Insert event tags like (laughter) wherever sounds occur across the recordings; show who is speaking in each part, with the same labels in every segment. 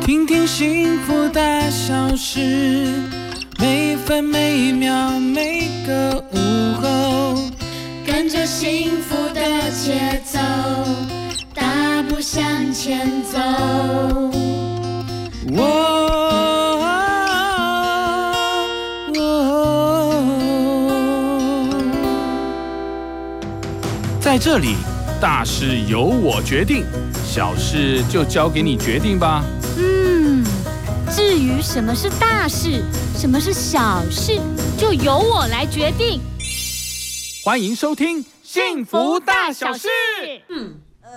Speaker 1: 听听幸福大小事，每分每秒每个午后。
Speaker 2: 跟着幸福的节奏，大步向前走。
Speaker 1: 我、哦
Speaker 3: 在这里，大事由我决定，小事就交给你决定吧。
Speaker 4: 嗯，至于什么是大事，什么是小事，就由我来决定。
Speaker 3: 欢迎收听《幸福大小事》，
Speaker 4: 嗯呃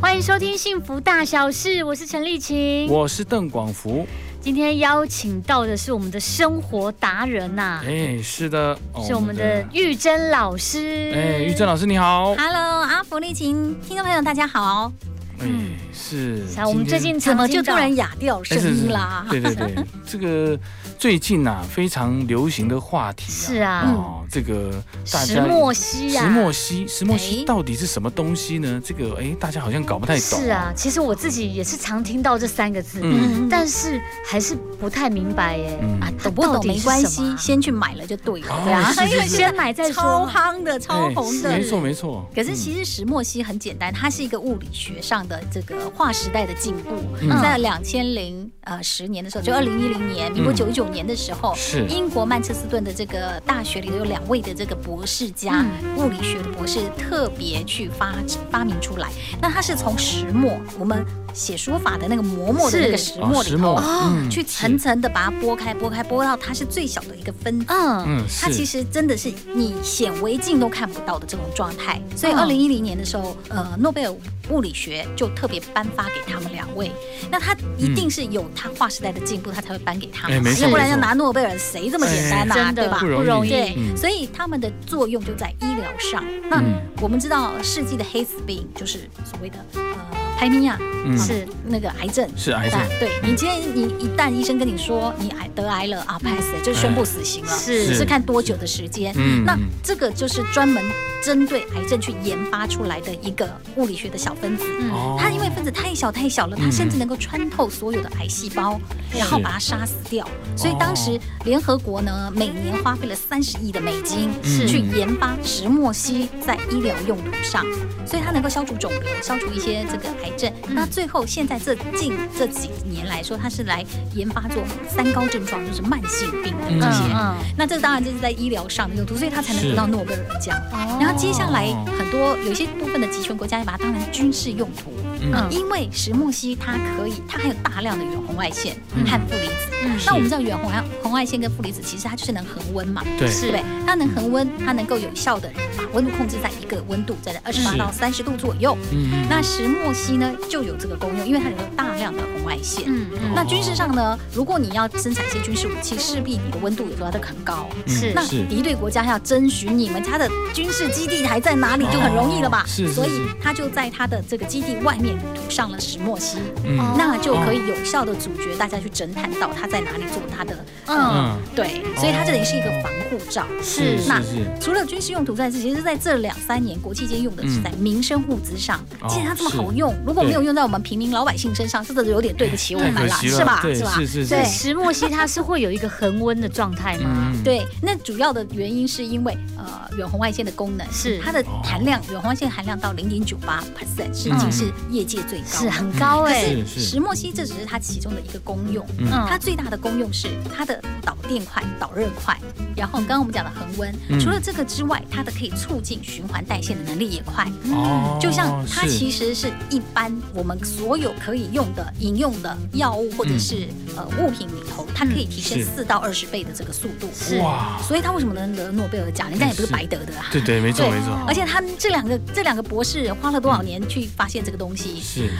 Speaker 4: 欢迎收听《幸福大小事》，我是陈丽琴。
Speaker 3: 我是邓广福。
Speaker 4: 今天邀请到的是我们的生活达人呐、
Speaker 3: 哎，是的，哦
Speaker 4: 是我们的玉珍老
Speaker 5: 嗯
Speaker 4: 师。
Speaker 3: 哎，玉珍老师你好。
Speaker 5: Hello，阿福丽琴，听众朋友大家好。
Speaker 3: 哎，是。
Speaker 4: 是啊，我们最近
Speaker 5: 怎么
Speaker 4: 常听
Speaker 5: 就
Speaker 4: 到
Speaker 5: 突然哑掉
Speaker 3: 哎
Speaker 5: 声
Speaker 3: 是
Speaker 5: 音
Speaker 3: 是
Speaker 5: 啦？啊
Speaker 3: 对对
Speaker 5: (laughs)
Speaker 3: 对，这个最近呐、非常流行的话题、啊。
Speaker 4: 是啊
Speaker 3: 哦，这个大
Speaker 4: 石
Speaker 3: 家。
Speaker 4: 墨烯啊呀、
Speaker 3: 石墨烯，啊石墨烯
Speaker 5: 哎
Speaker 3: 到底是什么东西呢？这个哎，大家好像搞不太懂。
Speaker 4: 是啊，，其实我自己也是常听到这三个字，
Speaker 3: 嗯，
Speaker 5: 嗯
Speaker 4: 但是还是不太明白耶。
Speaker 3: 嗯
Speaker 4: 啊，
Speaker 5: 懂不懂没关系，
Speaker 4: 先
Speaker 5: 先去买了就对了。
Speaker 3: 哦
Speaker 5: 对啊
Speaker 3: 是是
Speaker 5: 因为
Speaker 3: 是
Speaker 5: 现
Speaker 4: 先买
Speaker 5: 在
Speaker 4: 再
Speaker 5: 超
Speaker 4: 说。
Speaker 5: 夯的、超
Speaker 3: 哎
Speaker 5: 红
Speaker 3: 没
Speaker 5: 的。
Speaker 3: 错没错。
Speaker 5: 可是
Speaker 3: 嗯
Speaker 5: 其实石墨烯很简单，它是一个物理学上的这个划时代的进步。
Speaker 3: 嗯嗯
Speaker 5: 在两千零呃十年的时候，就二零一零年，民国九九年的时候，
Speaker 3: 是
Speaker 5: 英国曼彻斯顿的这个大学里头有两位的这个博士家，
Speaker 3: 嗯
Speaker 5: 物理学的博士特别去发发明出来。那它是从石墨，我们写书法的那个磨墨的那个
Speaker 4: 是
Speaker 5: 石墨
Speaker 3: 哦石
Speaker 5: 里
Speaker 3: 墨嗯
Speaker 5: 头，啊去层层的把它剥开，剥开，剥到它是最小的一个分子。
Speaker 4: 嗯，
Speaker 3: 嗯，
Speaker 5: 它
Speaker 3: 是
Speaker 5: 其实真的是你显微镜都看不到的这种状态。所以
Speaker 4: 嗯
Speaker 5: 二零一零年的时候，呃，诺贝尔物理学就特别颁发给他们两位。那他一定是有他划时代的进步，他才会颁给他
Speaker 3: 哎
Speaker 5: 们
Speaker 3: 没
Speaker 5: 嘛，
Speaker 3: 错
Speaker 5: 不然
Speaker 3: 没
Speaker 5: 要
Speaker 3: 错
Speaker 5: 拿诺贝尔谁这么简单呐、
Speaker 4: 真
Speaker 5: 对
Speaker 4: 的
Speaker 5: 吧
Speaker 3: 不？容易
Speaker 4: 容
Speaker 5: 对
Speaker 4: 易。，
Speaker 3: 嗯
Speaker 5: 所以他们的作用就在医疗上。那
Speaker 3: 嗯
Speaker 5: 我们知道呃世纪的黑死病就是所谓的呃排米亚
Speaker 3: 嗯
Speaker 4: 是
Speaker 5: 那个癌症，
Speaker 3: 是癌症
Speaker 5: 啊，对你今天你一旦医生跟你说你癌得癌了啊，拍死就宣布死刑了，
Speaker 4: 是
Speaker 5: 只是看多久的时间。
Speaker 3: 嗯
Speaker 5: 那这个就是专门针对癌症去研发出来的一个物理学的小分子。
Speaker 3: 哦
Speaker 5: 它因为分子太小太小了，它
Speaker 3: 嗯
Speaker 5: 甚至能够穿透所有的癌细胞，然后把它杀死
Speaker 3: 哦
Speaker 5: 掉。所以当时联合国呢，每年花费了三十亿的美金
Speaker 3: 是
Speaker 5: 去研发石墨烯在医疗用途上，所以它能够消除肿瘤，消除一些这个癌症。
Speaker 3: 嗯
Speaker 5: 那最后现在这近这几年来说，它是来研发做三高症状，就是慢性病
Speaker 3: 嗯
Speaker 5: 这些。
Speaker 4: 嗯
Speaker 5: 那这当然就是在医疗上的用途，所以他才能
Speaker 3: 是
Speaker 5: 得到诺贝尔奖。
Speaker 4: 嗯，
Speaker 5: 然后接下
Speaker 3: 哦
Speaker 5: 来很多有一些部分的集权国家也把它当成军事用途，啊
Speaker 4: 嗯
Speaker 5: 因为石墨烯它可以，它还有大量的远红外线
Speaker 3: 嗯
Speaker 5: 和负离子。
Speaker 4: 嗯
Speaker 5: 那我们知道远红外红外线跟负离子其实它就是能恒温嘛，
Speaker 3: 对
Speaker 5: 对不对，它能恒温，它能够有效的把温度控制在一个温度，在二十八
Speaker 3: 是
Speaker 5: 到三十度左右。
Speaker 3: 嗯
Speaker 5: 那石墨烯呢就有这个功用，因为它有大量的红外线。
Speaker 4: 嗯嗯
Speaker 5: 那军事上呢，如果你要生产一些军事武器，势必你的温度有时候它都很高。
Speaker 4: 是
Speaker 5: 那
Speaker 3: 是
Speaker 5: 敌对国家要征询你们家的军事基地还在哪里，就很容易了吧？
Speaker 3: 哦是是
Speaker 5: 所以
Speaker 3: 是
Speaker 5: 他就在他的这个基地外面涂上了石墨烯，
Speaker 3: 嗯
Speaker 5: 那就可以有效的阻绝大家去侦探到他在哪里做他的。呃
Speaker 3: 嗯
Speaker 4: 嗯
Speaker 3: 哦
Speaker 5: 对，所以它这里是一个防护罩。
Speaker 3: 是
Speaker 5: 那
Speaker 3: 是是
Speaker 5: 除了军事用途在这，其实在这两三年国际间用的是在民生物资上
Speaker 3: 嗯哦。
Speaker 5: 既然它这么
Speaker 3: 是
Speaker 5: 好用，如果没有
Speaker 3: 对
Speaker 5: 用在我们平民老百姓身上，真的有点对不起我
Speaker 3: 太
Speaker 5: 们
Speaker 3: 可
Speaker 5: 了，
Speaker 3: 惜
Speaker 5: 是吧？
Speaker 3: 对
Speaker 5: 吧？
Speaker 3: 是是
Speaker 5: 对
Speaker 3: 是，
Speaker 4: 石墨烯它是会有一个恒温的状态吗？
Speaker 3: 嗯
Speaker 5: 对，那主要的原因是因为呃远红外线的功能
Speaker 4: 是
Speaker 5: 它的
Speaker 3: 哦
Speaker 5: 含量，远红外线含量到零点九八 percent，是已经是业界最高
Speaker 4: 是
Speaker 5: 的。
Speaker 4: 很高哎、
Speaker 3: 嗯是
Speaker 5: 石墨烯这只是它其中的一个功用，
Speaker 3: 嗯
Speaker 5: 它最大的功用是它的导电快、导热快，然后刚刚我们讲的恒温，
Speaker 3: 嗯
Speaker 5: 除了这个之外，它的可以促进循环代谢的能力也快。
Speaker 3: 哦
Speaker 5: 嗯就像它
Speaker 3: 是
Speaker 5: 其实是一般我们所有可以用的饮用的药物或者是、呃物品里头，它可以提升
Speaker 3: 嗯是
Speaker 5: 四到二十倍的这个速度。
Speaker 4: 是
Speaker 3: 哇，
Speaker 5: 所以他为什么能得诺贝尔奖？人家也不是
Speaker 3: 是
Speaker 5: 白得的啊。
Speaker 3: 对对，没错
Speaker 5: 对
Speaker 3: 没错，
Speaker 5: 而且他们这两个这两个博士花了多少年去发现这个东西？
Speaker 3: 是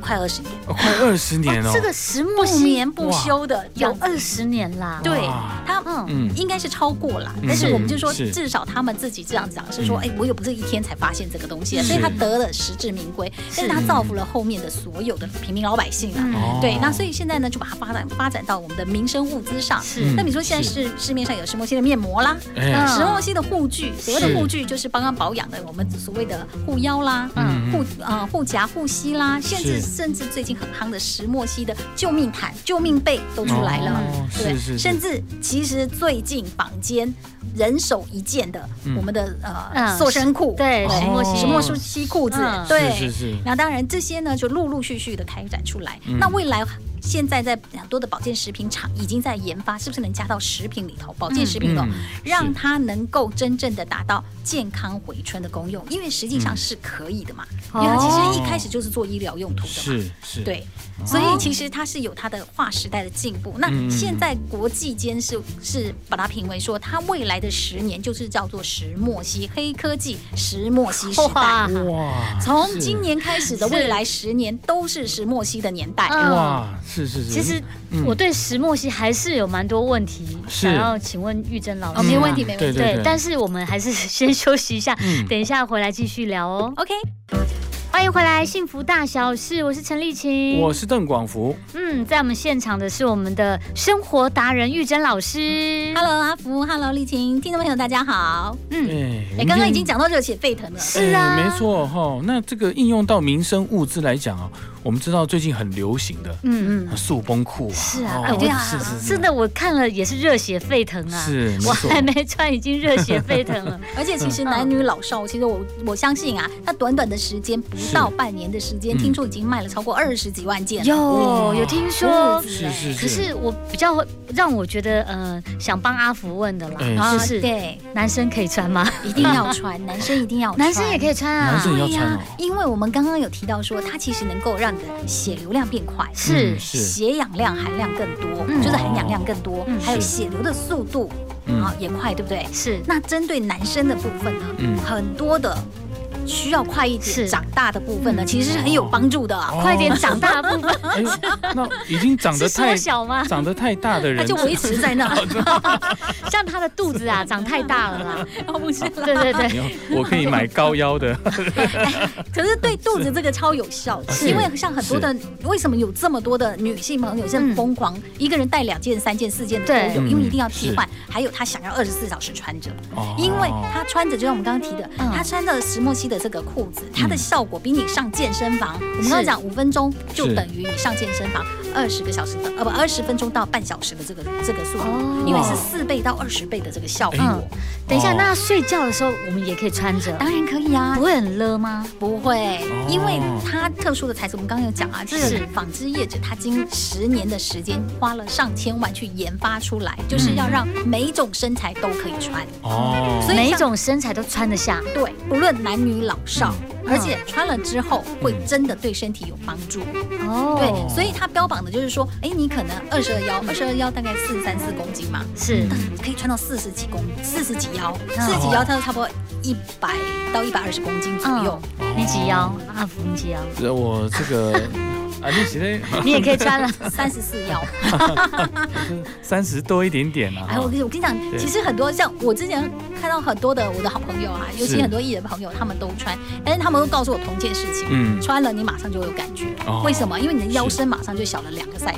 Speaker 5: 快二十年，
Speaker 3: 哦快二十年哦
Speaker 4: 这，个石墨
Speaker 5: 不
Speaker 4: 烯
Speaker 5: 眠不休的
Speaker 4: 有
Speaker 5: 样子。
Speaker 4: 二十年啦。
Speaker 5: 对
Speaker 3: 哇
Speaker 5: 他嗯。
Speaker 3: 嗯，
Speaker 5: 应该是超过啦，
Speaker 3: 嗯
Speaker 5: 但是我们就说，
Speaker 3: 是
Speaker 5: 至少他们自己这样讲是说，
Speaker 3: 嗯
Speaker 5: 哎，我也不是一天才发现这个东西，啊
Speaker 3: 是
Speaker 5: 所以他得了实至名归，但是他造福了后面的所有的平民老百姓啊。
Speaker 3: 哦
Speaker 5: 对，那所以现在呢，就把它发展发展到我们的民生物资上。
Speaker 4: 是
Speaker 3: 嗯
Speaker 5: 那你说现在市市面上有石墨烯的面膜啦，
Speaker 3: 哎
Speaker 5: 石墨烯的护具，所谓
Speaker 3: 是
Speaker 5: 的护具就是刚刚保养的，我们所谓的护腰啦，
Speaker 3: 嗯
Speaker 5: 嗯，护呃护夹、护膝啦，甚至
Speaker 3: 是
Speaker 5: 甚至最近很夯的石墨烯的救命毯、救命被都出来了
Speaker 3: 哦，
Speaker 5: 对
Speaker 3: 是是是
Speaker 5: 甚至其实最近坊间人手一件的
Speaker 3: 嗯
Speaker 5: 我们的
Speaker 4: 嗯
Speaker 5: 呃塑身裤，
Speaker 4: 对
Speaker 3: 石墨烯
Speaker 5: 石墨烯裤子
Speaker 4: 嗯，
Speaker 5: 对，
Speaker 3: 是是是，
Speaker 5: 那当然，这些呢就陆陆续续的开展出来。
Speaker 3: 嗯
Speaker 5: 那未来现在在很多的保健食品厂已经在研发，是不是能加到食品里头？保健食品
Speaker 3: 嗯
Speaker 5: 里头，让
Speaker 3: 是
Speaker 5: 它能够真正的达到健康回春的功用，因为实际上是可以的嘛。
Speaker 4: 嗯
Speaker 5: 因为它
Speaker 4: 哦
Speaker 5: 其实一开始就是做医疗用途的嘛。
Speaker 3: 是是，
Speaker 5: 对，所以其实它是有它的划时代的进步。那
Speaker 3: 哦嗯
Speaker 5: 现在国际间是是把它评为说，它未来的十年就是叫做石墨烯黑科技石墨烯时代
Speaker 4: 哇。
Speaker 3: 哇，
Speaker 5: 啊从
Speaker 3: 是
Speaker 5: 今年开始的未来十年都是石墨烯的年代。
Speaker 4: 嗯
Speaker 3: 哇，是是是，
Speaker 4: 其实
Speaker 3: 嗯
Speaker 4: 我对石墨烯还是有蛮多问题，
Speaker 3: 是
Speaker 4: 想要请问玉珍老
Speaker 5: 哦，
Speaker 4: 师。
Speaker 5: 没问题，。没问
Speaker 3: 嗯对
Speaker 5: 题。
Speaker 4: 对，但是我们还是 (laughs) 先休息一下，
Speaker 3: 嗯
Speaker 4: 等一下回来继续聊哦。
Speaker 5: OK，
Speaker 4: 欢迎回来，《幸福大小事》，我是陈丽琴。
Speaker 3: 我是邓广福，
Speaker 4: 嗯，在我们现场的是我们的生活达人玉珍老师。
Speaker 5: Hello，阿福，Hello，丽琴，听众朋友大家好。
Speaker 4: 嗯，
Speaker 3: 哎
Speaker 5: 哎，刚刚已经讲到热血沸腾了，
Speaker 4: 是啊，
Speaker 3: 哎没。错哈、那这个应用到民生物资来讲啊，我们知道最近很流行的
Speaker 4: 嗯嗯，
Speaker 3: 塑绷裤啊，
Speaker 4: 是啊
Speaker 3: 哦
Speaker 4: 哎对
Speaker 5: 啊
Speaker 3: 是是是，
Speaker 4: 真的，我看了也是热血沸腾啊。
Speaker 3: 是，没
Speaker 4: 我
Speaker 3: 错
Speaker 4: 还没穿，已经热血沸腾
Speaker 3: (laughs)
Speaker 4: 了。
Speaker 5: 而且其实男女老少，其实我我相信啊，那短短的时间不
Speaker 3: 是
Speaker 5: 到半年的时间，
Speaker 3: 嗯
Speaker 5: 听说已经卖了超过二十几万件了。
Speaker 4: 有
Speaker 3: 哇
Speaker 4: 哦有听说，
Speaker 3: 是是是，
Speaker 4: 可是我比较会让我觉得，呃，想帮阿福问的啦，
Speaker 3: 哎
Speaker 4: 就
Speaker 5: 啊
Speaker 4: 是
Speaker 5: 对，
Speaker 4: 男生可以穿吗？
Speaker 5: 一定要穿，男生一定要穿，
Speaker 4: 男生也可以穿啊，
Speaker 3: 男生也要
Speaker 5: 对呀、
Speaker 3: 穿哦，
Speaker 5: 因为我们刚刚有提到说，它其实能够让你的血流量变快，
Speaker 4: 是
Speaker 3: 嗯是，
Speaker 5: 血氧量含量更多，
Speaker 4: 嗯
Speaker 5: 就是含氧量更多，
Speaker 4: 嗯
Speaker 5: 还有
Speaker 3: 是
Speaker 5: 血流的速度
Speaker 3: 嗯
Speaker 5: 啊、也快，对不对？
Speaker 4: 是
Speaker 5: 那针对男生的部分呢，
Speaker 3: 嗯
Speaker 5: 很多的需要快一
Speaker 4: 是
Speaker 5: 点长大的部分呢，
Speaker 4: 嗯
Speaker 5: 其实是很有帮助的啊。
Speaker 3: 哦
Speaker 4: 快点长大的部分
Speaker 3: 哎呦，那已经长
Speaker 4: 是
Speaker 3: 得
Speaker 4: 缩
Speaker 3: 太
Speaker 4: 小吗？
Speaker 3: 长得太大的人，
Speaker 5: 他就维持在那，
Speaker 3: 哦
Speaker 5: (laughs)
Speaker 4: 像他的肚子啊，长太大了啦。
Speaker 5: 不是啦。
Speaker 4: 对对对，
Speaker 3: 没有，我可以买高腰的，
Speaker 5: 可是
Speaker 3: (laughs)
Speaker 5: 对肚子这个超有效的，
Speaker 3: 啊是
Speaker 5: 因为像很多的，为什么有这么多的女性朋友现在疯狂，一个人带两件、三件、四件的
Speaker 4: 对
Speaker 5: 都有，因为
Speaker 3: 嗯
Speaker 5: 一定要替
Speaker 3: 是
Speaker 5: 换，还有她想要二十四小时穿着。
Speaker 3: 哦
Speaker 5: (laughs) 因为她穿着，就像我们刚刚提的，
Speaker 4: 嗯
Speaker 5: 她穿着石墨烯的这个裤
Speaker 3: 嗯
Speaker 5: 子，它的效果比你上健身房，我们刚刚讲五分钟就是等于你上健身房二十个小时的，呃不，二十分钟到半小时的这个这个速度
Speaker 4: 哦，
Speaker 5: 因为是四倍到二十倍的这个效果。
Speaker 3: 哎呦
Speaker 4: 嗯等一下，
Speaker 3: 哦
Speaker 4: 那睡觉的时候我们也可以穿着，
Speaker 5: 当然可以啊
Speaker 4: 不，会很勒吗？
Speaker 5: 不会
Speaker 3: 哦，
Speaker 5: 因为它特殊的材质，我们刚刚有讲啊，这
Speaker 4: 是
Speaker 5: 个纺织业者他经十年的时间，花了上千万去研发出来，
Speaker 4: 嗯
Speaker 5: 就是要让每一种身材都可以穿。
Speaker 3: 哦，
Speaker 5: 所以
Speaker 4: 每一种身材都穿得下。
Speaker 5: 对，不论男女老少，
Speaker 4: 嗯
Speaker 5: 而且穿了之后会真的对身体有帮助。
Speaker 4: 哦
Speaker 5: 对，，所以它标榜的就是说，哎，你可能二十二腰，二十二腰大概四三四公斤嘛，
Speaker 4: 是
Speaker 5: 但可以穿到四十几公，四十几腰，
Speaker 4: 嗯
Speaker 5: 四十几腰它差不多一百到一百二十公斤左右。
Speaker 4: 嗯你几腰？阿福你几腰？
Speaker 3: 呃哦我这个 (laughs) 啊，你几嘞？
Speaker 4: 你也可以穿了。
Speaker 5: 三十四腰，
Speaker 3: (laughs) 三十多一点点啊，
Speaker 5: 哎，我跟我跟你讲，
Speaker 3: 对
Speaker 5: 其实很多像我之前看到很多的我的好朋友啊，尤
Speaker 3: 是
Speaker 5: 其很多艺人朋友，他们都穿，但是他们都告诉我同一件事情，
Speaker 3: 嗯
Speaker 5: 穿了你马上就有感觉，
Speaker 3: 哦
Speaker 5: 为什么？因为你的腰
Speaker 3: 是
Speaker 5: 身马上就小了两个 size。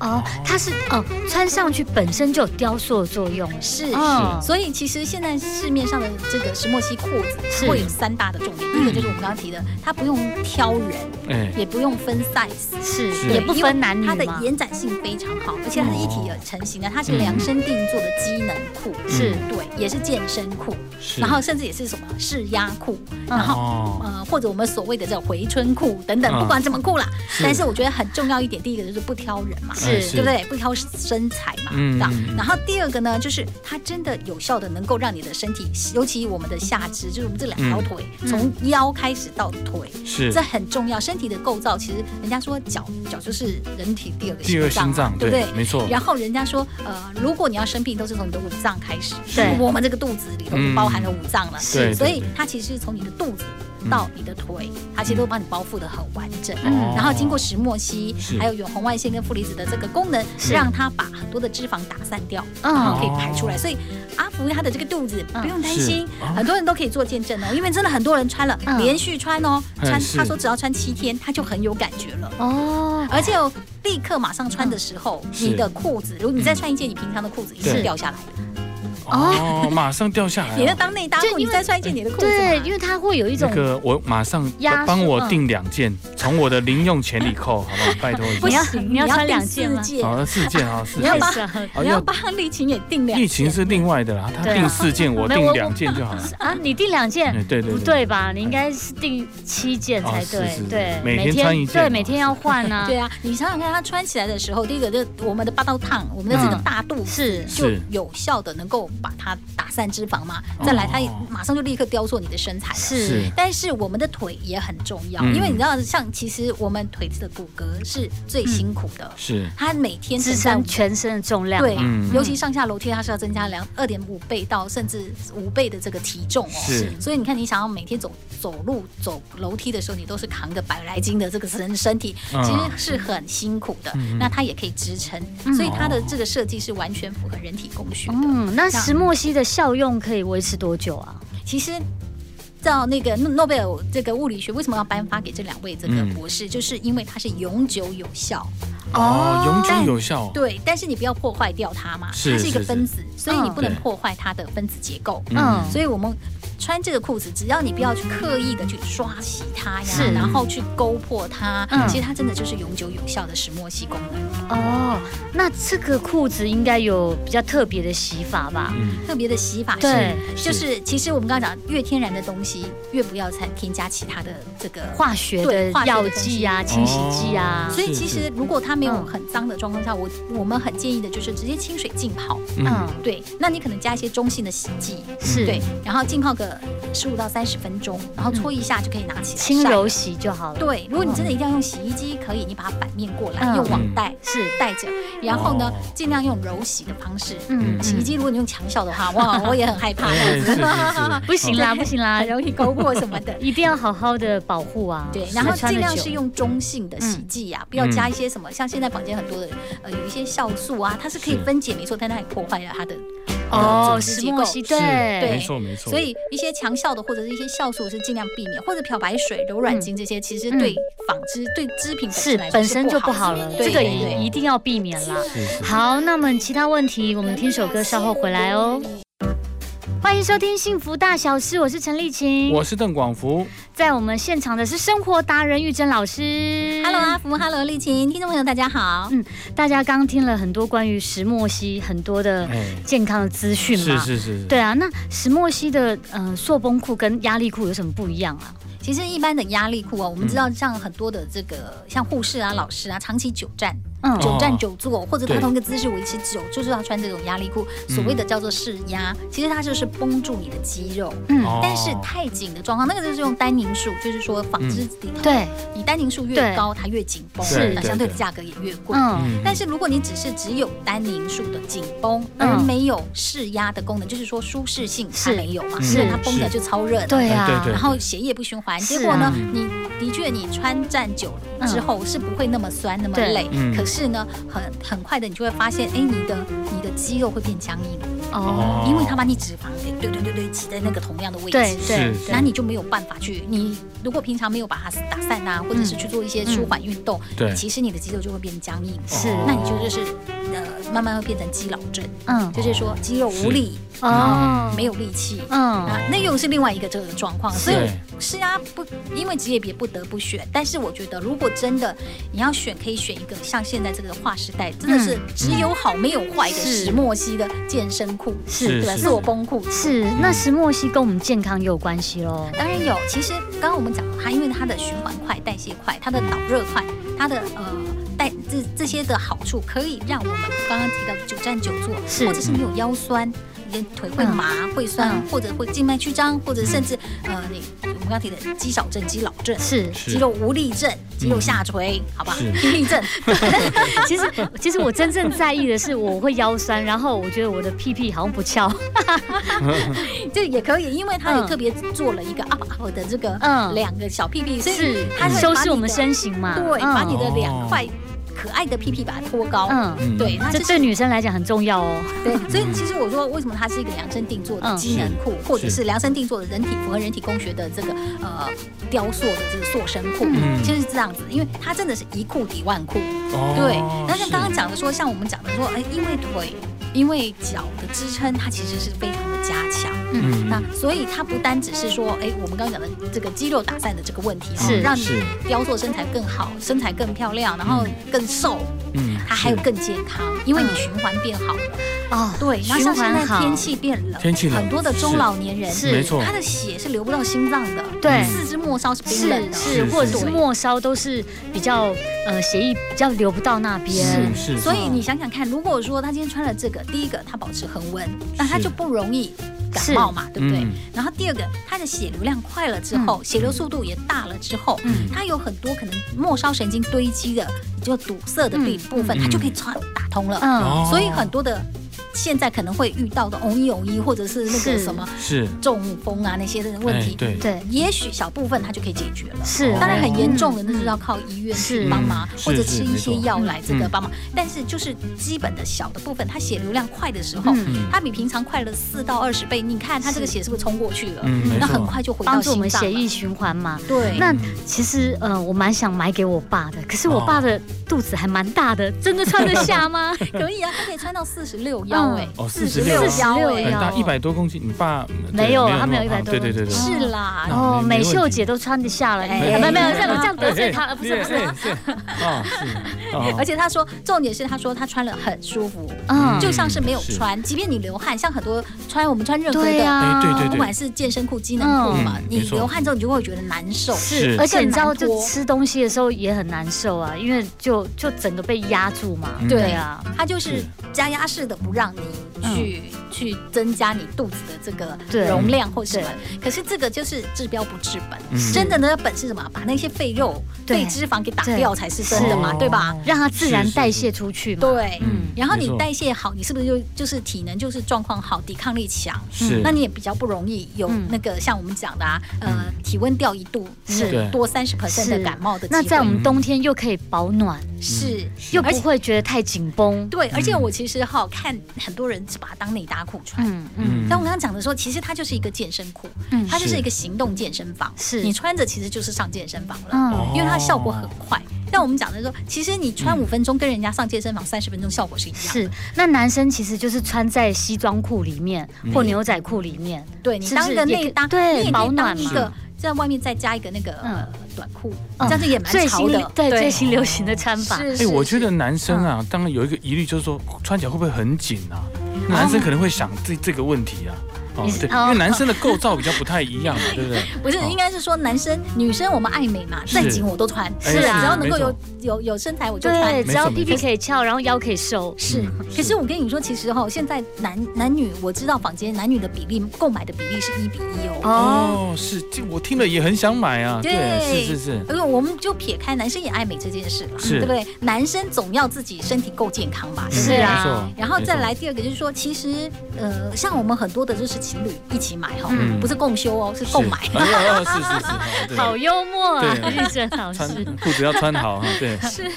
Speaker 4: 哦，它是哦，穿上去本身就有雕塑的作用。
Speaker 5: 是，
Speaker 3: 啊
Speaker 4: 嗯
Speaker 5: 所以其实现在市面上的这个石墨烯裤
Speaker 4: 是
Speaker 5: 子会有三大的重点，第一
Speaker 3: 嗯
Speaker 5: 个就是我们刚刚提的，它不用挑人，
Speaker 3: 哎，
Speaker 5: 也不用分 size。
Speaker 4: 是，
Speaker 3: 是
Speaker 4: 也不
Speaker 5: 因为
Speaker 4: 分男女
Speaker 5: 它的
Speaker 4: 嘛。
Speaker 5: 延展性非常好，而且它是一体的成型的，啊它是
Speaker 3: 嗯
Speaker 5: 量身定做的机能裤，
Speaker 4: 是
Speaker 5: 对，也是健身裤，
Speaker 3: 是
Speaker 5: 然后甚至也是什么释压裤，然后
Speaker 3: 哦，
Speaker 5: 呃，或者我们所谓的这种回春裤等等，
Speaker 3: 嗯
Speaker 5: 不管怎么裤啦。
Speaker 3: 是
Speaker 5: 但是我觉得很重要一点，第一个就是不挑人嘛，
Speaker 4: 是
Speaker 3: 哎
Speaker 5: 对不？对？不挑身材嘛，
Speaker 3: 嗯
Speaker 5: 这样
Speaker 3: 嗯嗯。
Speaker 5: 然后第二个呢，就是它真的有效的能够让你的身体，尤其我们的下肢，就是我们这两条腿，
Speaker 4: 嗯
Speaker 5: 从腰开始到腿，
Speaker 3: 是
Speaker 5: 这很重要。身体的构造，其实人家说脚脚就是人体第二个
Speaker 3: 第二
Speaker 5: 心
Speaker 3: 心
Speaker 5: 脏
Speaker 3: 脏
Speaker 5: 嘛，，对不对？
Speaker 3: 没错，
Speaker 5: 然后人家说，呃，如果你要生病，都是从你的五脏开始。
Speaker 4: 对
Speaker 5: 我们这个肚子里头就包含了五脏了，
Speaker 3: 嗯是对
Speaker 5: 所
Speaker 3: 对嗯
Speaker 5: 以
Speaker 3: 对
Speaker 5: 它其实是从你的肚子到你的腿，它其实都帮你包覆的很完整。
Speaker 3: 哦
Speaker 5: 然后经过石墨烯
Speaker 3: 是，
Speaker 5: 还有远红外线跟负离子的这个功能，
Speaker 4: 是
Speaker 5: 让它把很多的脂肪打散掉，然
Speaker 4: 嗯
Speaker 5: 后可以排出来。所以阿福他的这个肚子
Speaker 4: 嗯
Speaker 5: 不用担
Speaker 3: 哦是
Speaker 5: 心
Speaker 3: 哦，
Speaker 5: 很多人都可以做见证哦，因为真的很多人穿了
Speaker 4: 嗯，
Speaker 5: 连续穿哦，
Speaker 3: 嘿
Speaker 5: 穿
Speaker 3: 哎是
Speaker 5: 他说只要穿七天，他就很有感觉了。
Speaker 4: 哦，
Speaker 5: 而且我立刻马上穿的时候，
Speaker 3: 嗯是嗯
Speaker 5: 你的裤子，如果你再穿一件你平常的裤子，一定
Speaker 3: 对
Speaker 5: 掉下来的。
Speaker 3: 哦，马上掉下来
Speaker 5: 你要
Speaker 3: 了。
Speaker 5: 当内搭
Speaker 4: 就
Speaker 5: 裤，
Speaker 4: 因为
Speaker 5: 你再穿一件你的裤子嘛。
Speaker 4: 对，因为它会有一
Speaker 3: 那
Speaker 4: 种
Speaker 3: 个我马上
Speaker 4: 压
Speaker 3: 帮
Speaker 4: 缩
Speaker 3: 我
Speaker 4: 嗯
Speaker 3: 订两件，从我的零用钱里扣，好不好？拜托一
Speaker 5: 不
Speaker 4: 你
Speaker 3: 下。
Speaker 4: 要
Speaker 5: 行，
Speaker 4: 你要穿
Speaker 5: 订
Speaker 4: 两件吗
Speaker 5: 四件
Speaker 3: 好，那四件啊，四
Speaker 5: 你要
Speaker 3: 件
Speaker 5: 把。
Speaker 4: 太小了
Speaker 3: 哦
Speaker 5: 你要
Speaker 3: 要
Speaker 5: 帮丽琴也订两件。
Speaker 3: 疫情是另外的啦，他
Speaker 4: 对啊
Speaker 3: 订四件，我
Speaker 4: 没有
Speaker 3: 订
Speaker 4: 我
Speaker 3: 两件就好了。
Speaker 4: 啊，你订两件
Speaker 3: 哎，对对
Speaker 4: 不对吧？你应该是订七件才
Speaker 3: 哦是
Speaker 4: 对
Speaker 3: 是，
Speaker 4: 对，
Speaker 3: 每天穿一件
Speaker 4: 对，
Speaker 3: 嘛
Speaker 4: 每天要换啊。
Speaker 5: (laughs) 对啊，你想想看，它穿起来的时候，第一个就是我们的八道烫，我们的这个
Speaker 4: 嗯
Speaker 5: 大肚子
Speaker 4: 是
Speaker 5: 就是有效的能够把它打散脂肪嘛。再来，它也
Speaker 3: 哦
Speaker 5: 马上就立刻雕塑你的身材了。
Speaker 4: 是
Speaker 3: 是
Speaker 5: 但是我们的腿也很重要，
Speaker 3: 嗯
Speaker 5: 因为你知道，像其实我们腿子的骨骼是最辛苦的，
Speaker 3: 是，
Speaker 5: 它每天
Speaker 4: (laughs) 支
Speaker 5: 承担
Speaker 4: 撑全身的重量嘛，
Speaker 5: 对，
Speaker 3: 嗯
Speaker 5: 尤其上下楼梯，它是要增加两二点五倍到甚至五倍的这个体重哦。
Speaker 3: 是
Speaker 5: 所以你看，你想要每天走走路、走楼梯的时候，你都是扛着百来斤的这个身身体，
Speaker 3: 嗯
Speaker 5: 其实是很辛苦的。
Speaker 3: 嗯
Speaker 5: 那它也可以支撑，
Speaker 4: 嗯
Speaker 5: 所以它的这个设计是完全符合人体工学的。
Speaker 4: 嗯，那
Speaker 5: 像
Speaker 4: 石墨烯的效用可以维持多久啊？
Speaker 5: 其实。照那个诺诺贝尔这个物理学为什么要颁发给这两位这个
Speaker 3: 嗯
Speaker 5: 博士，就是因为它是永久有效，
Speaker 3: 哦，永
Speaker 5: 但
Speaker 3: 久有效哦。
Speaker 5: 对，但是你不要破坏掉它嘛，
Speaker 3: 是
Speaker 5: 它是一个
Speaker 3: 是嗯
Speaker 5: 分子，所以你不能
Speaker 3: 对
Speaker 5: 破坏它的分子结构。
Speaker 4: 嗯
Speaker 5: 所以我们穿这个裤子，只要你不要去刻意的去刷洗它呀
Speaker 4: 是，
Speaker 5: 然后去勾破它，
Speaker 4: 嗯
Speaker 5: 其实它真的就是永久有效的石墨烯功能。
Speaker 4: 哦，那这个裤子应该有比较特别的洗法吧？
Speaker 3: 嗯，
Speaker 5: 特别的洗法
Speaker 4: 对
Speaker 5: 是就是其实我们刚刚讲，越天然的东西越不要再添加其他的这个。
Speaker 4: 化学的
Speaker 5: 对化学
Speaker 4: 药
Speaker 5: 的
Speaker 4: 剂啊、清洗剂啊
Speaker 3: 哦，
Speaker 5: 所以其
Speaker 3: 是
Speaker 5: 实如果它没有
Speaker 4: 嗯
Speaker 5: 很脏的状况下，我我们很建议的就是直接清水浸泡。
Speaker 4: 嗯
Speaker 3: 嗯，
Speaker 5: 对，那你可能加一些中性的洗剂，
Speaker 4: 是
Speaker 5: 对，然后浸泡个十五到三十分钟，然后搓一下就可以拿起来
Speaker 4: 轻
Speaker 5: 晒
Speaker 4: 嗯柔
Speaker 5: 了
Speaker 4: 洗就好了。，
Speaker 5: 对，如果你真的一定要用洗衣机，可以，你把它反面过来，
Speaker 4: 嗯
Speaker 5: 用网袋
Speaker 4: 是，
Speaker 5: 带着，然后呢
Speaker 3: 哦，
Speaker 5: 尽量用柔洗的方式。
Speaker 4: 嗯，哎
Speaker 5: 洗衣机如果你用强效的话，
Speaker 4: (laughs)
Speaker 5: 哇，我也很害怕这样
Speaker 3: 哎是是是
Speaker 5: 子，
Speaker 4: 不行啊啦，不
Speaker 5: 对
Speaker 4: 行啦。
Speaker 5: 很，容易勾破什么的
Speaker 4: (laughs) 一定要好好的保护啊。
Speaker 5: 对，然后
Speaker 4: 才穿
Speaker 5: 尽
Speaker 4: 得
Speaker 5: 量
Speaker 4: 久嗯
Speaker 5: 是用中性的洗剂啊，不要加一些什么，像现在房间很多的，呃，有一些酵素啊，它是可以
Speaker 3: 是
Speaker 5: 分解，没错，但它也破坏了它的
Speaker 4: 哦，
Speaker 5: 组织
Speaker 4: 石
Speaker 5: 结构
Speaker 4: 墨烯，
Speaker 3: 是没
Speaker 4: 对，
Speaker 3: 错没错。
Speaker 5: 所以一些强效的或者是一些酵素是尽量避免，或者漂白水、柔
Speaker 4: 嗯
Speaker 5: 软巾这些，其实对纺织、对织品本身
Speaker 4: 是
Speaker 5: 来说
Speaker 4: 本身就不
Speaker 5: 不
Speaker 4: 好
Speaker 5: 好
Speaker 4: 了，
Speaker 5: 对
Speaker 4: 这个
Speaker 5: 对
Speaker 4: 也
Speaker 5: 对
Speaker 4: 一定要避免啦。
Speaker 3: 是是
Speaker 4: 好，那么其他问题我们听首歌，稍后回来哦。欢迎收听《幸福大小事》，我是陈丽琴。
Speaker 3: 我是邓广福，
Speaker 4: 在我们现场的是生活达人玉珍老师。
Speaker 5: Hello，阿啊福，Hello，丽琴，听众朋友大家好。
Speaker 4: 大家刚听了很多关于石墨烯很多的
Speaker 3: 哎，
Speaker 4: 健康的资讯
Speaker 3: 是
Speaker 4: 嘛。
Speaker 3: 是
Speaker 5: 嗯
Speaker 3: 是，
Speaker 4: 对啊，那石墨烯的呃塑绷裤跟压力裤有什么不一样啊？
Speaker 5: 其实一般的压力裤啊，我们知道像很多的这个像护士啊、老师啊，长期久站、
Speaker 4: 嗯
Speaker 5: 久
Speaker 3: 哦
Speaker 5: 站久坐，或者他
Speaker 3: 对
Speaker 5: 同一个姿势维持久，就是要穿这种压力裤。所谓的叫做释压，其实它就是绷住你的肌肉。
Speaker 4: 嗯，
Speaker 3: 哦
Speaker 5: 但是太紧的状况，那个就是用单宁数，就是说纺织里头，
Speaker 4: 对，
Speaker 5: 你单宁数
Speaker 4: 对
Speaker 5: 越高，它越紧绷，
Speaker 4: 是
Speaker 5: 那
Speaker 3: 对
Speaker 5: 相对的
Speaker 3: 对
Speaker 5: 价格也越贵。
Speaker 4: 嗯，
Speaker 3: 嗯
Speaker 5: 但是如果你只是只有单宁数的紧绷，
Speaker 4: 嗯
Speaker 5: 而没有释压的功能，就是说舒适性它
Speaker 4: 是
Speaker 5: 没有嘛，
Speaker 3: 嗯
Speaker 5: 所以它
Speaker 3: 是
Speaker 5: 绷的就超热的。
Speaker 4: 对啊，
Speaker 3: 对
Speaker 5: 然后血液不循环，
Speaker 4: 是
Speaker 5: 结果呢
Speaker 4: 啊，
Speaker 5: 你的确你穿站久了之
Speaker 4: 嗯
Speaker 5: 后是不会那么酸那么
Speaker 4: 对
Speaker 5: 累
Speaker 3: 嗯，
Speaker 5: 可是呢，很很快的你就会发现，哎，你的你的肌肉会变僵硬，
Speaker 4: 哦，
Speaker 5: 因为它把你脂肪给对对对对挤在那个同样的位
Speaker 4: 对
Speaker 5: 置。
Speaker 4: 对
Speaker 3: 是
Speaker 5: 那你就没有办法去，你如果平常没有把它打散啊，或者
Speaker 4: 嗯
Speaker 5: 是去做一些舒缓运动，
Speaker 3: 对
Speaker 5: 其实你的肌肉就会变僵硬。
Speaker 4: 是
Speaker 3: 哦
Speaker 5: 那你就就是呃，慢慢会变成肌老症，
Speaker 4: 嗯
Speaker 5: 就是说肌肉无力，
Speaker 4: 哦，
Speaker 5: 没有力气。
Speaker 4: 嗯
Speaker 5: 啊，那又是另外一个这个状况，
Speaker 3: 是
Speaker 5: 所以是啊，不，因为职业别不得不选，但是我觉得如果真的你要选，可以选一个像现在这个划时代，真的是只有好没有坏的
Speaker 4: 是
Speaker 5: 石墨烯的健身裤，
Speaker 4: 是
Speaker 5: 对吧？
Speaker 3: 是
Speaker 5: 做工裤。
Speaker 4: 是，
Speaker 5: 嗯
Speaker 4: 那石墨烯跟我们健康也有关系喽。
Speaker 5: 当然有，其实刚刚我们讲它，因为它的循环快、代谢快、它的导热快、它的呃代这这些的好处，可以让我们刚刚提到的久站久坐，
Speaker 4: 是
Speaker 5: 或者是你有腰酸、你的腿会麻、会酸
Speaker 4: 嗯，
Speaker 5: 或者会静脉曲张，或者甚至呃，你我们刚提的肌少症、肌老症。
Speaker 4: 是
Speaker 3: 是
Speaker 5: 肌肉无力症、肌肉下垂，好吧，
Speaker 3: 是
Speaker 5: (laughs) 无力症，
Speaker 4: 其实，其实我真正在意的是，我会腰酸，然后我觉得我的屁屁好像不翘。
Speaker 5: 这也可以，因为他也
Speaker 4: 嗯
Speaker 5: 特别做了一个 up up 的这个
Speaker 4: 嗯
Speaker 5: 两个小屁 (laughs) 屁，所以
Speaker 4: 是
Speaker 5: 它会把你的
Speaker 4: 修饰我们身形嘛？
Speaker 5: 对，把你的
Speaker 3: 哦
Speaker 5: 两块可爱的屁屁把它托高，
Speaker 4: 嗯，
Speaker 3: 嗯
Speaker 5: 对，它
Speaker 4: 这
Speaker 5: 就是
Speaker 4: 对女生来讲很重要哦。
Speaker 5: 对，所以其实我说，为什么它是一个量身定做的
Speaker 4: 嗯
Speaker 5: 机能库，或者
Speaker 3: 是
Speaker 5: 是量身定做的人体符合人体工学的这个呃雕塑的这个塑身裤，
Speaker 3: 嗯
Speaker 5: 其实是这样子，因为它真的是一裤抵万裤。
Speaker 3: 哦
Speaker 5: 对，那像
Speaker 3: 是
Speaker 5: 刚刚讲的说，像我们讲的说，哎，因为腿。因为脚的支撑，它其实是非常的加强，
Speaker 3: 嗯
Speaker 5: 那所以它不单只是说，哎，我们刚刚讲的这个肌肉打散的这个问题，
Speaker 4: 是
Speaker 5: 让你
Speaker 3: 是
Speaker 5: 雕塑身材更好，身材更漂亮，然后更瘦，
Speaker 3: 嗯
Speaker 5: 它还有
Speaker 3: 是嗯
Speaker 5: 更健康，因为你循环变好了。
Speaker 4: 哦，
Speaker 5: 对，然后像
Speaker 4: 循
Speaker 5: 现
Speaker 4: 环
Speaker 5: 在
Speaker 4: 好
Speaker 5: 天气变冷，
Speaker 3: 天气冷
Speaker 5: 很多的中老年人
Speaker 4: 是
Speaker 3: 没错
Speaker 5: 他的血是流不到心脏的，
Speaker 4: 对
Speaker 5: 四肢末梢是冰冷
Speaker 4: 是
Speaker 5: 的，
Speaker 4: 是，
Speaker 3: 是
Speaker 4: 或者是
Speaker 5: 对
Speaker 4: 末梢都是比较呃血液比较流不到那边
Speaker 3: 是。是，
Speaker 5: 所以你想想看，如果说他今天穿了这个，第一个他保持恒温，那他
Speaker 3: 是
Speaker 5: 就不容易感冒嘛，对不对
Speaker 3: 嗯？
Speaker 5: 然后第二个，他的血流量快了之后，血流速度也大了之后，
Speaker 4: 嗯
Speaker 5: 他有很多可能末梢神经堆积的就堵塞的部
Speaker 4: 嗯
Speaker 5: 部分，
Speaker 3: 嗯
Speaker 5: 他就可以穿打通了。
Speaker 4: 嗯，
Speaker 3: 哦
Speaker 5: 所以很多的现在可能会遇到的哦红一红一或者是那个
Speaker 4: 是
Speaker 5: 什么
Speaker 3: 是
Speaker 5: 中风啊那些的问题
Speaker 3: 哎，对
Speaker 4: 对，
Speaker 5: 也许小部分它就可以解决了。
Speaker 4: 是，
Speaker 3: 哦
Speaker 5: 当然很严重的，那就是是要靠医院
Speaker 4: 是
Speaker 5: 去帮忙，
Speaker 3: 嗯
Speaker 5: 或者
Speaker 3: 是是
Speaker 5: 吃一些
Speaker 3: 没错
Speaker 5: 药来这个
Speaker 3: 嗯
Speaker 5: 帮忙。但是就是基本的小的部分，它血流量快的时候，
Speaker 4: 嗯
Speaker 3: 嗯
Speaker 5: 它比平常快了四到二十倍。你看它这个
Speaker 4: 是
Speaker 5: 血是不是冲过去了？
Speaker 3: 嗯没
Speaker 5: 那
Speaker 3: 错嗯
Speaker 5: 很快就回
Speaker 4: 帮
Speaker 5: 到
Speaker 4: 助我们
Speaker 5: 心脏
Speaker 4: 血
Speaker 5: 了。
Speaker 4: 液循环嘛。
Speaker 5: 对，
Speaker 4: 那其实，呃，我蛮想买给我爸的，可是我
Speaker 3: 哦
Speaker 4: 爸的肚子还蛮大的，真的穿得下吗？
Speaker 5: 可以啊，它可以穿到四十六
Speaker 4: 嗯
Speaker 5: 腰哎，
Speaker 3: (laughs) 哦
Speaker 5: 腰
Speaker 3: 46
Speaker 5: 哎
Speaker 3: 很
Speaker 4: 腰
Speaker 3: 大一百多公斤，你爸嗯对
Speaker 4: 没有他没有
Speaker 3: 那么
Speaker 4: 100
Speaker 3: 胖
Speaker 4: 多
Speaker 3: 对对对对，
Speaker 4: 公斤
Speaker 5: 是啦，
Speaker 4: 哦，
Speaker 3: 那没
Speaker 4: 美
Speaker 3: 没
Speaker 4: 秀
Speaker 3: 问题
Speaker 4: 姐都穿得下了，
Speaker 5: 哎
Speaker 4: 哎，没有没有，这样
Speaker 5: 哎
Speaker 4: 这样得罪她，呃不是不是，
Speaker 3: 啊，是哦
Speaker 5: (laughs) 而且他说，重点是他说他穿了很舒服，
Speaker 3: 哎
Speaker 4: 嗯，
Speaker 5: 就像是没有
Speaker 3: 是
Speaker 5: 穿，即便你流汗，像很多穿我们穿任何
Speaker 4: 对啊
Speaker 5: 的
Speaker 4: 呀，
Speaker 3: 哎对对
Speaker 5: 不
Speaker 3: 对
Speaker 5: 管是健身裤、机能裤嘛
Speaker 3: 嗯，
Speaker 5: 你
Speaker 3: 没错
Speaker 5: 流汗之后你就会觉得难受。
Speaker 3: 是
Speaker 4: 而且你知道，
Speaker 5: 更
Speaker 4: 就
Speaker 5: 难脱
Speaker 4: 吃东西的时候也很难受啊，因为就就整个被压住嘛。
Speaker 3: 嗯
Speaker 5: 对
Speaker 4: 啊，
Speaker 5: 它就是
Speaker 3: 是嗯
Speaker 5: 加压式的，不让你去、去增加你肚子的这个
Speaker 4: 对
Speaker 5: 容量或什么。可是这个就是治标不治本，
Speaker 3: 嗯
Speaker 5: 真的呢本是什么？把那些废肉、
Speaker 4: 对
Speaker 5: 废脂肪给打掉才是真的嘛，
Speaker 3: 哦
Speaker 5: 对吧？
Speaker 4: 让它自然
Speaker 3: 是是
Speaker 4: 代谢出去嘛。
Speaker 5: 对。
Speaker 3: 嗯
Speaker 5: 然后你
Speaker 3: 没错
Speaker 5: 代谢好，你是不是就就是体能就是状况好，抵抗力强？
Speaker 3: 是，
Speaker 5: 嗯那你也比较不容易有
Speaker 4: 嗯
Speaker 5: 那个像我们讲的啊，呃，
Speaker 3: 嗯
Speaker 5: 体温掉一度
Speaker 4: 是
Speaker 5: 你有
Speaker 3: 对
Speaker 5: 多三十
Speaker 4: 是
Speaker 5: 的感冒的机会。
Speaker 4: 那在我们
Speaker 3: 嗯
Speaker 4: 冬天又可以保暖，
Speaker 5: 是
Speaker 4: 又
Speaker 5: 而
Speaker 4: 不
Speaker 5: 且
Speaker 4: 会觉得太紧绷。
Speaker 5: 对，而且我其实哈看很多人是把它当内搭裤穿。
Speaker 4: 嗯嗯，
Speaker 5: 但我刚刚讲的时候，其实它就是一个健身裤，
Speaker 4: 嗯
Speaker 5: 它就是
Speaker 3: 是
Speaker 5: 一个行动健身房，
Speaker 4: 是
Speaker 5: 你穿着其实就是上健身房了，
Speaker 4: 嗯
Speaker 3: 哦
Speaker 5: 因为它效果很快。但我们讲的说，其实你穿五分钟跟人家上健身房三十分钟效果是一样的，
Speaker 4: 是。那男生其实就是穿在西装裤里面
Speaker 3: 嗯
Speaker 4: 或牛仔裤里面，
Speaker 5: 对你
Speaker 4: 是不
Speaker 5: 当
Speaker 4: 是
Speaker 5: 一个
Speaker 4: 也
Speaker 5: 内
Speaker 4: 可
Speaker 5: 搭，
Speaker 4: 对
Speaker 5: 你也可
Speaker 4: 保
Speaker 5: 以
Speaker 4: 暖
Speaker 5: 当一
Speaker 4: 嘛
Speaker 5: 个在外面再加一个那个、
Speaker 4: 嗯
Speaker 5: 呃、短裤，
Speaker 4: 嗯
Speaker 5: 这样子也蛮
Speaker 4: 最
Speaker 5: 潮
Speaker 4: 新
Speaker 5: 的，
Speaker 4: 对最新流行的穿法。
Speaker 5: 是
Speaker 3: 哎，
Speaker 5: 是，
Speaker 3: 我觉得
Speaker 5: 是
Speaker 3: 男生啊，当然有一个疑虑，就是说穿起来会不会很紧啊？那男生可能会想这这个问题啊，哦
Speaker 4: 你是
Speaker 3: 对，
Speaker 4: 哦
Speaker 3: 因为男生的构造比较不太一样嘛，对不对？
Speaker 5: 不是
Speaker 3: 哦
Speaker 5: 应该是说男生女生我们爱美嘛，
Speaker 3: 是
Speaker 5: 再紧我都穿，
Speaker 3: 哎
Speaker 4: 是啊
Speaker 5: 只要能够
Speaker 3: 没错
Speaker 5: 有有有身材我就穿
Speaker 4: 对，，只要
Speaker 3: 没错
Speaker 4: 屁屁可以翘，然后腰可以收。
Speaker 5: 是
Speaker 3: 嗯，
Speaker 5: 可是我跟你说，其实哈、现在男男女我知道坊间男女的比例，购买的比例是一比一哦。
Speaker 4: 哦，
Speaker 3: 哦，是，这我听了也很想买啊，对，是是是，
Speaker 5: 因为哎我们就撇开男生也爱美这件事了，
Speaker 3: 是
Speaker 5: 对不对？男生总要自己身体够健康吧，对不
Speaker 4: 是
Speaker 5: 对
Speaker 3: 嗯没
Speaker 4: 啊
Speaker 3: 错
Speaker 5: 然后再，
Speaker 3: 没
Speaker 5: 来第二个就是说，其实呃，像我们很多的就是情侣一起买哈、
Speaker 4: 嗯
Speaker 5: 不是共修哦，是
Speaker 3: 错
Speaker 5: 购买。 (laughs)
Speaker 3: 是哦是是是，哦对
Speaker 4: (laughs) 好幽默啊，
Speaker 3: 对
Speaker 4: 玉珍老
Speaker 3: 穿
Speaker 4: 师。
Speaker 3: 裤子要穿好哈，哦对，
Speaker 5: 是，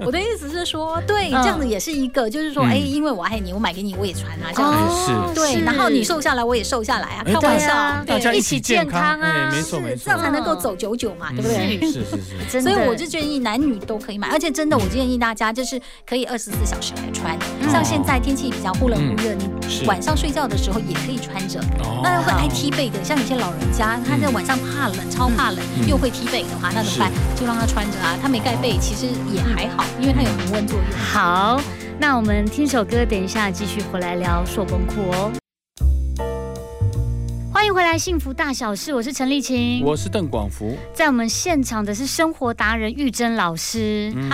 Speaker 5: 我的意思是说，对，
Speaker 4: 嗯
Speaker 5: 这样子也是一个，就是说，
Speaker 3: 嗯
Speaker 5: 哎，因为我爱你，我买给你，我也穿啊，这样子。
Speaker 4: 哦，
Speaker 3: 哎是
Speaker 5: 对，
Speaker 4: 是
Speaker 5: 然后你瘦下来，我也瘦下来啊，
Speaker 3: 哎
Speaker 5: 开玩
Speaker 4: 对
Speaker 5: 笑，
Speaker 4: 啊，
Speaker 3: 大家
Speaker 4: 一
Speaker 3: 一
Speaker 4: 起
Speaker 3: 起
Speaker 4: 健
Speaker 3: 健
Speaker 4: 康
Speaker 3: 康
Speaker 4: 啊，
Speaker 3: 哎没错
Speaker 5: 是
Speaker 3: 没
Speaker 5: 这
Speaker 3: 错
Speaker 5: 样才能够走久久嘛，对不对？
Speaker 3: 嗯是是是，
Speaker 4: 真
Speaker 5: 所
Speaker 4: 的
Speaker 5: 以我就建议男女都可以买，而且真
Speaker 3: 嗯
Speaker 5: 的，我建议大家就是可以二十四小时来穿。像现在天气比较忽冷忽热，你
Speaker 3: 是
Speaker 5: 晚上睡觉的时候也可以穿着。
Speaker 3: 哦
Speaker 5: 那会爱踢被的，像有些老人家，他在晚上怕冷，超怕冷，
Speaker 3: 嗯
Speaker 5: 又会踢被的话，那怎么办？就让他穿着啊，他没盖被其实也还好，因为它有恒温作
Speaker 3: 嗯
Speaker 5: 用。
Speaker 4: 好，那我们听首歌，等一下继续回来聊硕崩裤哦。欢迎回来，《幸福大小事》，我是陈丽琴。
Speaker 3: 我是邓广福，
Speaker 4: 在我们现场的是生活达人玉珍老师。
Speaker 5: ，Hello，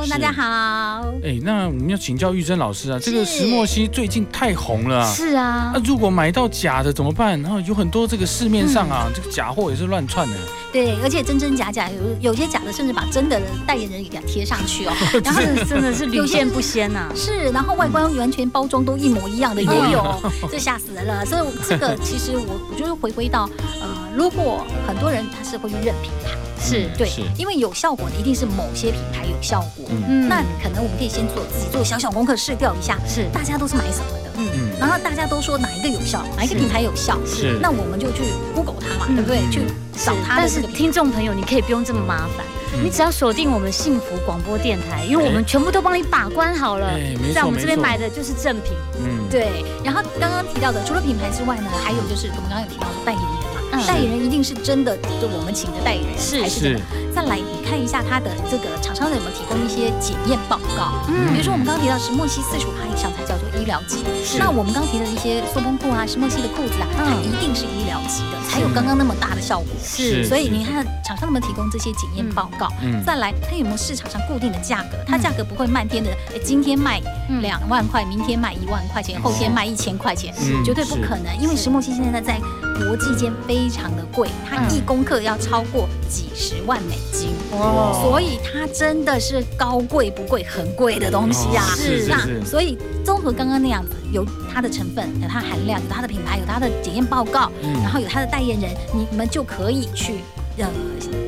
Speaker 5: Hello，
Speaker 3: 是
Speaker 5: 大家好。
Speaker 3: 嗯哎，那我们要请教玉珍老师啊，这个
Speaker 5: 是
Speaker 3: 石墨烯最近太红了啊。
Speaker 4: 是啊
Speaker 3: 那、，如果买到假的怎么办？然后有很多这个市面上啊，这个假货也是乱窜的，
Speaker 5: 对，而且真真假假，有有些假的甚至把真的代言人也给它贴上去哦。然后
Speaker 4: 真的是
Speaker 5: (laughs) 有
Speaker 4: 屡
Speaker 5: 些
Speaker 4: 见不鲜啊呐、
Speaker 5: 是，然后外观完全包装都一模一样的也
Speaker 4: 嗯
Speaker 5: 有， (laughs) 这吓死人了。所以我这个其实我我就是回归到，呃，如果很多人他是会去认品牌，
Speaker 4: 是
Speaker 5: 对
Speaker 3: 是，
Speaker 5: 因为有效果的一定是某些品牌有效果。
Speaker 3: 嗯
Speaker 4: 嗯，
Speaker 5: 那可能我们可以先做自己做小小功课试调一下，
Speaker 4: 是
Speaker 5: 大家都是买什么的，
Speaker 3: 嗯
Speaker 5: 然后大家都说哪一个有效，哪一个
Speaker 3: 是
Speaker 5: 品牌有效，
Speaker 3: 是
Speaker 5: 那我们就去 Google 它嘛，
Speaker 4: 嗯
Speaker 5: 对不对？
Speaker 3: 嗯
Speaker 5: 去找它
Speaker 4: 但
Speaker 5: 的这
Speaker 4: 是
Speaker 5: 个品
Speaker 4: 听众朋友，你可以不用这么麻烦，
Speaker 3: 嗯
Speaker 4: 你只要锁定我们幸福广播电台，因为我们全部都帮你把关好了
Speaker 3: 哎没，错
Speaker 4: 在我们这边
Speaker 3: 没错
Speaker 4: 买的就是正品。
Speaker 3: 嗯，
Speaker 5: 对，然后刚刚提到的，除了品牌之外呢，还有就是我们刚刚有提到的代言人嘛，
Speaker 4: 嗯
Speaker 5: 代言人一定是真的，就我们请的代言人
Speaker 4: 是
Speaker 5: 才是真
Speaker 3: 是
Speaker 5: 的。再来，你看一下他的这个厂商有没有提供一些检验报告，
Speaker 4: 嗯
Speaker 5: 比如说我们刚刚提到石墨烯四十五帕以上才叫做医疗级，
Speaker 3: 是
Speaker 5: 那我们刚刚提的一些塑封裤啊、石墨烯的裤子啊，它
Speaker 4: 嗯
Speaker 5: 一定是医疗级的，才有刚刚那么大的效果。
Speaker 4: 是
Speaker 5: 所以你，看厂商有没有提供这些检验报告？
Speaker 3: 嗯
Speaker 5: 再来，它有没有市场上固定的价格？它价格不会漫天的，哎今天卖
Speaker 4: 嗯
Speaker 5: 两万块，明天卖一万块钱，后天卖一千块钱，
Speaker 3: 嗯
Speaker 5: 绝对不可能。因为石墨烯现在在国际间非常的贵，它
Speaker 4: 嗯
Speaker 5: 一公克要超过几十万美金，
Speaker 3: 哇
Speaker 5: 所以它真的是高贵不贵，很贵的东西啊。
Speaker 3: 哦是是是
Speaker 5: 那所以综合刚刚那样子，有它的成分，有它含量，有它的品牌，有它的检验报告，
Speaker 3: 嗯
Speaker 5: 然后有它的代言人，你们就可以去呃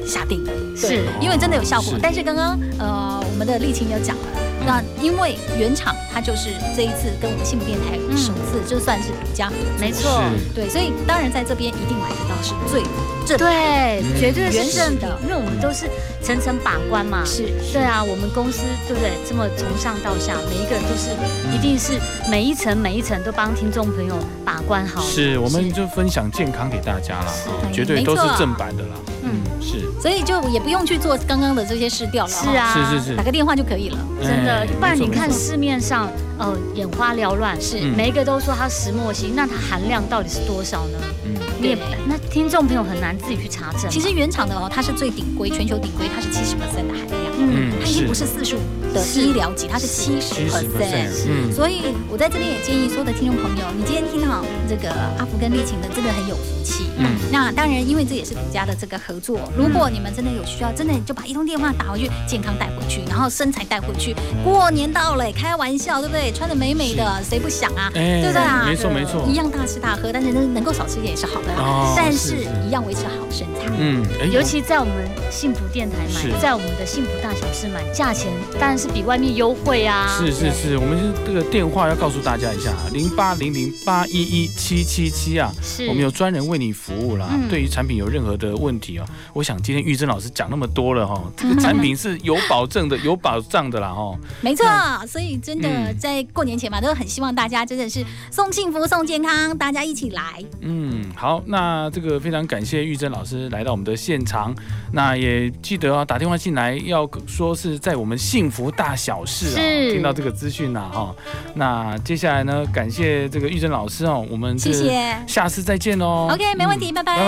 Speaker 5: 下定了。对
Speaker 4: 是
Speaker 5: 因为真的有效果
Speaker 3: 是。
Speaker 5: 但是刚刚呃我们的丽琴有讲了。那因为原厂它就是这一次跟我们幸福电台
Speaker 4: 嗯
Speaker 5: 首次，就算是独家合作
Speaker 4: 没错，
Speaker 3: 哦
Speaker 5: 对，所以当然在这边一定买得到是最正的
Speaker 4: 对，
Speaker 3: 嗯
Speaker 4: 绝对
Speaker 5: 原
Speaker 4: 是
Speaker 5: 始
Speaker 4: 正品
Speaker 5: 的，
Speaker 4: 因为我们都是层层把关嘛。
Speaker 5: 是
Speaker 4: 对啊，我们公司对不对？这么从上到下，每一个人都是，一定是每一层每一层都帮听众朋友把关好。
Speaker 3: 是，我们就分享健康给大家啦，
Speaker 5: 是
Speaker 3: 绝对都是
Speaker 5: 没错
Speaker 3: 正版的啦，嗯，是
Speaker 5: 所以就也不用去做刚刚的这些试调了，哦
Speaker 4: 是，啊，
Speaker 3: 是是是
Speaker 5: 打，个电话就可以了。
Speaker 4: 真的
Speaker 3: 哎，
Speaker 4: 不然
Speaker 3: 没错
Speaker 4: 你看
Speaker 3: 没错
Speaker 4: 市面上，呃，眼花缭乱，是
Speaker 3: 嗯
Speaker 4: 每一个都说它石墨烯，那它含量到底是多少呢？
Speaker 3: 嗯
Speaker 4: 你也
Speaker 5: 对
Speaker 4: 那听众朋友很难自己去查证。
Speaker 5: 其实原厂的哦，它是最顶规，全球顶规，它是七十 percent 的含量，
Speaker 4: 嗯，
Speaker 5: 它
Speaker 3: 嗯
Speaker 5: 已经
Speaker 3: 是
Speaker 5: 不是四十五的
Speaker 4: 是
Speaker 5: 医疗级，它是七十
Speaker 3: 七十
Speaker 5: percent。
Speaker 3: percent，嗯，
Speaker 5: 所以我在这边也建议所有的听众朋友，你今天听到这个阿福跟丽琴的，真的很有福气。
Speaker 3: 嗯
Speaker 5: 那当然，因为这也是独家的这个合作，如果你们真的有需要，真的就把一通电话打回去，健康带回去，然后身材带回去。过年到了，开玩笑对不对？穿的美美的，谁不想啊？
Speaker 3: 哎
Speaker 5: 对不对啊？
Speaker 3: 没错没错
Speaker 5: 一样大吃大喝，但是能够少吃一点也是好的啦
Speaker 3: 哦。
Speaker 5: 但
Speaker 3: 是
Speaker 5: 是
Speaker 3: 是
Speaker 5: 一样维持好身材。
Speaker 3: 嗯，哎
Speaker 4: 尤其在我们幸福电台
Speaker 3: 是
Speaker 4: 买，在我们的幸福大小事买，价钱当然是比外面优惠啊。
Speaker 3: 是是是，我们这个电话要告诉大家一下，啊零八零零八一一七七七啊，
Speaker 4: 是，
Speaker 3: 我们有专人为你服务啦。
Speaker 4: 嗯
Speaker 3: 对于产品有任何的问题哦，我想今天玉珍老师讲那么多了哈、这个产品是有保证的，有保障的啦哈、
Speaker 5: 没错，所以真的
Speaker 3: 嗯
Speaker 5: 在过年前嘛，都很希望大家真的是送幸福、送健康，大家一起来。
Speaker 3: 嗯，好，那这个非常感谢玉珍老师来到我们的现场，那也记得啊，打电话进来要说是在我们幸福大小事啊、
Speaker 4: 是
Speaker 3: 听到这个资讯呐哈。那接下来呢，感谢这个玉珍老师哦，我们这
Speaker 5: 谢谢
Speaker 3: 下次再见喽。
Speaker 5: 嗯
Speaker 3: 嗯
Speaker 5: OK，没问题拜拜
Speaker 3: 拜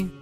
Speaker 3: 拜